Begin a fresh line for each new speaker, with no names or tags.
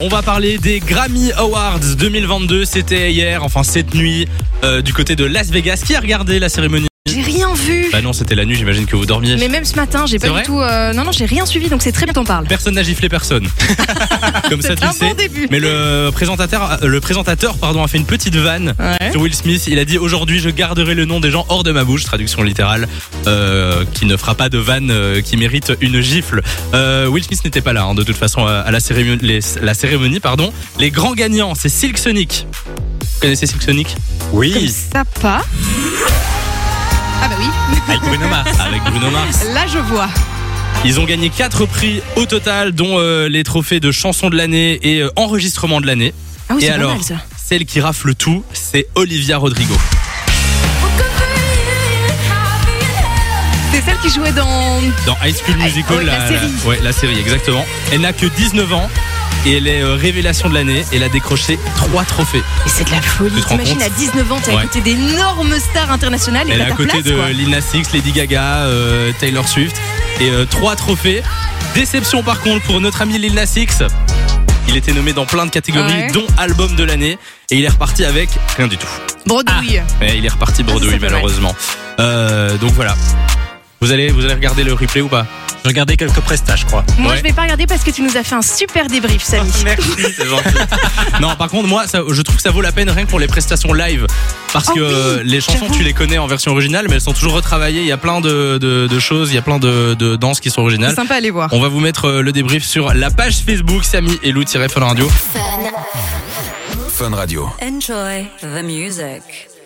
On va parler des Grammy Awards 2022. C'était hier, enfin cette nuit, euh, du côté de Las Vegas. Qui a regardé la cérémonie
J'ai rien vu.
Bah non, c'était la nuit, j'imagine que vous dormiez.
Mais même ce matin, j'ai
C'est
pas
vrai
du tout. euh, non, non, j'ai rien suivi, donc c'est très bien qu'on parle.
Personne n'a giflé personne. Comme ça,
C'est
tu
un
le sais.
bon début.
Mais le présentateur, euh, le présentateur pardon, a fait une petite vanne
Ouais.
sur Will Smith. Il a dit Aujourd'hui, je garderai le nom des gens hors de ma bouche, traduction littérale, euh, qui ne fera pas de vanne euh, qui mérite une gifle. Euh, Will Smith n'était pas là, hein, de toute façon, à à la cérémonie. les- la cérémonie pardon. Les grands gagnants, c'est Silk Sonic. Vous connaissez Silk Sonic
Comme
Oui,
ça pas. Ah bah oui.
avec Bruno Mars. Avec Bruno Mars.
Là, je vois.
Ils ont gagné quatre prix au total, dont euh, les trophées de chanson de l'année et euh, enregistrement de l'année.
Ah oui,
Et
c'est pas
alors
mal ça.
Celle qui rafle tout, c'est Olivia Rodrigo.
C'est celle qui jouait dans.
Dans High School Musical,
oui, Ah, oh, la série.
ouais, la série, exactement. Elle n'a que 19 ans et elle est euh, révélation de l'année. Elle a décroché trois trophées.
Mais c'est de la
Tu
folie.
te rends
T'imagines
compte
à 19 ans, t'es
Ouais.
à côté d'énormes stars internationales et
elle est
t'as
à
ta
côté
place,
de
quoi.
Lil Nas X, Lady Gaga, euh, Taylor Swift et euh, trois trophées. Déception par contre pour notre ami Lil Nas X. Il était nommé dans plein de catégories,
Ouais.
dont album de l'année, et il est reparti avec rien du tout.
Bredouille.
Ouais, il est reparti
Ah,
bredouille
ça, c'est
malheureusement. Euh, donc voilà. Vous allez, vous allez regarder le replay ou pas
Je regardais quelques prestats, je crois.
Moi,
Ouais.
je vais pas regarder parce que tu nous as fait un super débrief, Samy.
Merci, c'est gentil. non, par contre, moi, ça- je trouve que ça vaut la peine rien que pour les prestations live. Parce
Oh
que euh,
oui,
les chansons,
j'avoue.
tu les connais en version originale, mais elles sont toujours retravaillées. Il y a plein de, de- de choses, il y a plein de, de danses qui sont originales.
C'est sympa à aller voir.
On va vous mettre euh, le débrief sur la page Facebook Samy et Lou-Fun Radio.
Enjoy the music.